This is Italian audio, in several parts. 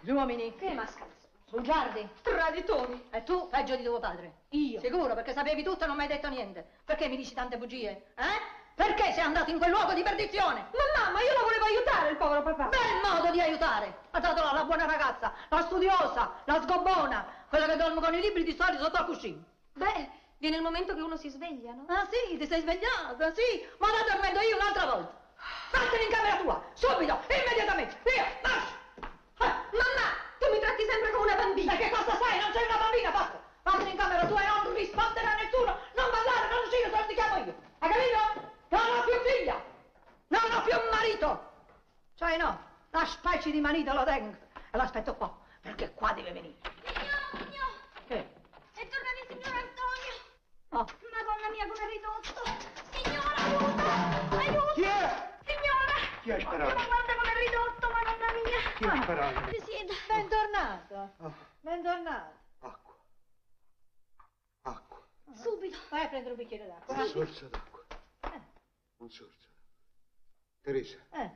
Gli uomini Che mascalzoni? bugiardi. Traditori. E tu peggio di tuo padre. Io? Sicuro, perché sapevi tutto e non mi hai detto niente. Perché mi dici tante bugie? Eh? Perché sei andato in quel luogo di perdizione? Ma mamma, io lo volevo aiutare il povero papà. Bel modo di aiutare! Ha dato la, la buona ragazza, la studiosa, la sgobbona, quella che dorme con i libri di storia sotto al cuscino. Beh, viene il momento che uno si sveglia, no? Ah sì, ti sei svegliata, sì, ma la dormendo io un'altra volta. Vattene in camera tua, subito, immediatamente, via, marcia! Eh, Mamma, tu mi tratti sempre come una bambina. Ma che cosa sei? Non sei una bambina, basta! Vattene in camera tua e non rispondere a nessuno, non parlare, non uscire, sono ti chiamo io, hai capito? Non ho più figlia, non ho più marito! Cioè no, la specie di marito lo tengo e l'aspetto qua, perché qua deve venire. Signor, signor, Eh, è tornato il signor Antonio. oh. Madonna mia, come è ridotto. Signora, aiuto, aiuto. Chi è? Signora. Chi è Sperone? Ma guarda come è ridotto, madonna mia. Chi è Sperone? Si sieda. Bentornato, Oh, bentornato. acqua. Acqua. Subito. Ah. Vai a prendere un bicchiere d'acqua. Un va? sorso d'acqua. Un sorso. Teresa, Eh,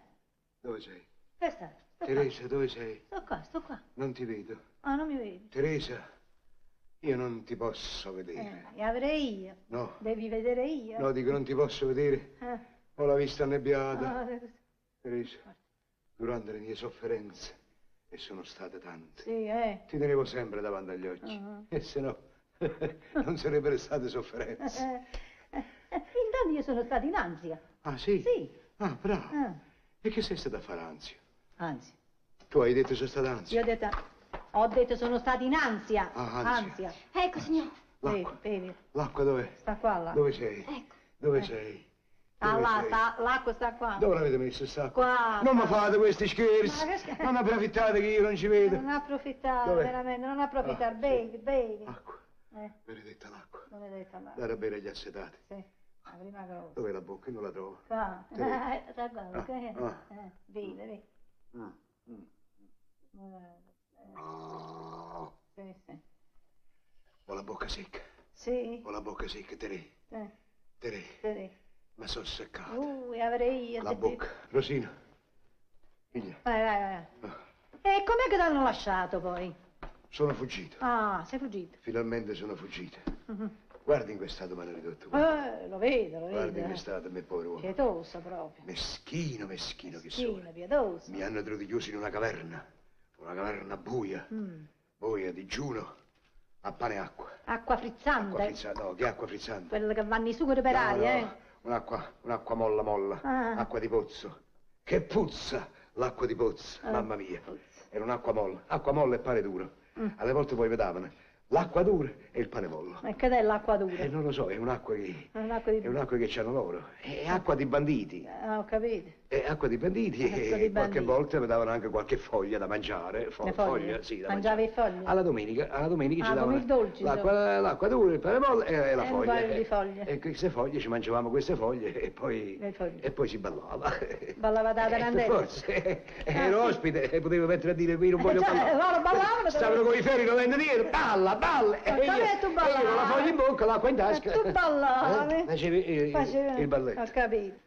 dove sei? che stai? Sto qua, Teresa, dove sei? sto qua, sto qua. Non ti vedo. Ah, non mi vedi? Teresa, io non ti posso Eh, vedere. li avrei io. No, Devi vedere io. no, dico non ti posso vedere. Eh, Ho la vista annebbiata. ah, Teresa, durante le mie sofferenze, e sono state tante, sì, eh. ti tenevo sempre davanti agli occhi. Ah. E se no, non sarebbero state sofferenze. Eh, eh, eh, Intanto io sono stata in ansia. Ah, sì? Sì. Ah, bravo. Ah, E che sei stata a fare ansia? Anzi, Tu hai detto sono stata io ansia. ho detto, ho detto sono stata in ansia. Ah, ansia. Ecco, signor. Bevi, L'acqua. bevi. L'acqua dov'è? Sta qua, là. Dove sei? Ecco. Dove sei? Ah, Dove là, sei? sta- l'acqua sta qua. Dove l'avete messo sta Qua. Non mi fate questi scherzi. Ma che scherzi? Non approfittate che io non ci vedo. Non approfittare, Dov'è? veramente, non approfittare. Ah, sì. bevi, bevi. Acqua. Eh, Benedetta l'acqua. non vedete parlare. Dare a bere agli assetati. Sì, la prima cosa. Dov'è la bocca? Io non la trovo. Qua, Sì. eh, da qua, ok? ah. Eh, vive, vive. Mm, mm. Eh, Oh, Sì, sì. Ho la bocca secca. eh, Sì, Ho la bocca secca, Tere. sì, Tere. sì. Ma sono seccato. Uh, e avrei io... La sentito- bocca. Rosina. Figlia. Vai, vai, vai. Ah, E com'è che l'hanno lasciato poi? Sono fuggito. Ah, sei fuggito. Finalmente sono fuggito. Mhm. Guardi in che stato mi hanno ridotto. guarda. Eh, lo vedo, lo Guardi in vedo. che stato, me povero uomo. Pietoso proprio. Meschino, meschino che sono. Schino, pietoso. Mi hanno tenuto chiuso in una caverna. Una caverna buia. Mm. Buia, digiuno. A pane e acqua. Acqua frizzante. eh, Acqua frizzante. No, che acqua frizzante? Quella che vanno i sugheri per No, aria, no, eh. Un'acqua, un'acqua molla molla, Ah. acqua di pozzo. Che puzza l'acqua di pozzo, Ah, mamma mia. pozzo. Era un'acqua molla, acqua molla e pane duro. Mm. Alle volte poi vedavano l'acqua dura e il pane mollo. Ma che è l'acqua dura? E non lo so, è un'acqua che... È un'acqua di... È un'acqua che c'hanno loro. È acqua di banditi. Ah, ho capito. È acqua di banditi Acqua e di banditi. qualche volta mi davano anche qualche foglia da mangiare. fo- Le foglie? foglia, sì, da Mangiavi mangiare. foglie? Alla domenica, alla domenica Ah, ci come davano il dolce, l'acqua, l'acqua dura, il pane molle e, e la E un foglia. paio di E- foglie. E queste foglie, ci mangiavamo queste foglie e poi, Le foglie. e poi si ballava. Ballava da Eh, tarantella. Forse, Ah, ero sì. ospite e potevo mettere a dire qui non voglio Eh, già, ballare. loro ballavano, Stavano però- con i ferri, non venne dietro, balla, balla. Ma come tu e io con la ballavi? foglia in bocca, l'acqua in tasca. E tu ballavi. Eh, facevi il, Facevi- il balletto. Ho capito.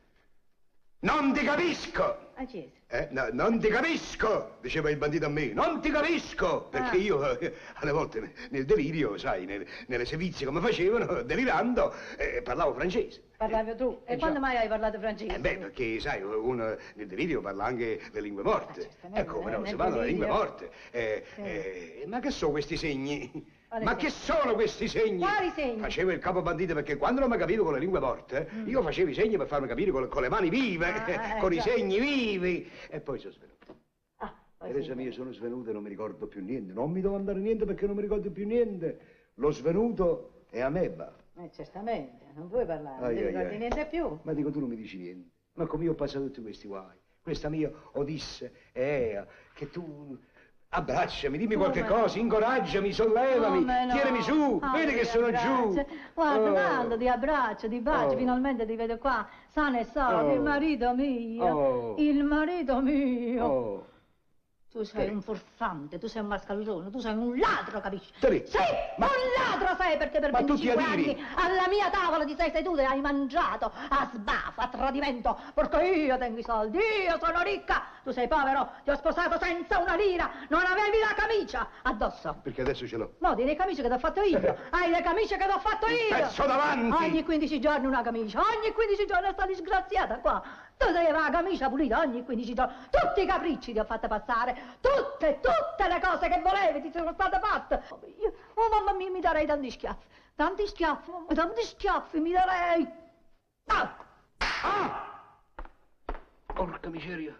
Non ti capisco! Ah, Gesù. Eh, no, non ti capisco, diceva il bandito a me, non ti capisco, perché Ah. io eh, alle volte ne- nel delirio, sai, nel- nelle sevizie come facevano, delirando, eh, parlavo francese. Parlavi tu. E Eh, quando già. mai hai parlato francese? Eh beh, perché sai, uno nel delirio parla anche le lingue morte. Ah, certamente, ecco, eh, però nel si parlano le lingue delirio. morte. Eh, Sì. eh, ma che sono questi segni? Quali ma segni? che sono questi segni? Quali segni? Mm. Facevo il capo bandito perché quando non mi capivo con le lingue morte, io facevo i segni per farmi capire con, con le mani vive, Ah, eh, con i già. segni vivi. E poi sono svenuto. Ah, poi Teresa sì. mia, sono svenuto e non mi ricordo più niente. Non mi domandare niente perché non mi ricordo più niente. Lo svenuto è ameba. Eh, certamente, non puoi parlare, non Ai, ti ai, ricordi ai. niente più. Ma dico, tu non mi dici niente. Ma come io ho passato tutti questi guai? Questa mia Odisse e Ea, che tu abbracciami, dimmi qualche Come no? cosa, incoraggiami, sollevami, Come no? tirami su, Ah, vedi ti che sono abbraccio. giù. Guarda, Oh. guarda, ti abbraccio, ti bacio, Oh. finalmente ti vedo qua, sano e salvo, Oh. il marito mio, Oh. il marito mio. Oh, Tu sei Tre. un forzante, tu sei un mascalzone, tu sei un ladro, capisci? Tre. Sì, Ma- un ladro sei perché per Ma tu chi 25 adiri? anni alla mia tavola ti sei seduto e hai mangiato a sbafo, a tradimento, perché io tengo i soldi, io sono ricca, tu sei povero, ti ho sposato senza una lira, non avevi la camicia addosso. Perché adesso ce l'ho. No, di le camicie che ti ho fatto io, hai le camicie che ti ho fatto io. Pezzo davanti! Ogni 15 giorni una camicia, ogni 15 giorni sta disgraziata qua. Tu devi la camicia pulita ogni 15 giorni. Tutti i capricci ti ho fatta passare, tutte, tutte le cose che volevi ti sono state fatte. Io- oh mamma mia, mi darei tanti schiaffi, tanti schiaffi, mamma, tanti schiaffi, mi darei. Ah! Ah! Porca miseria.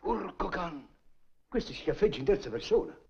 Urco can. Questi schiaffeggi in terza persona.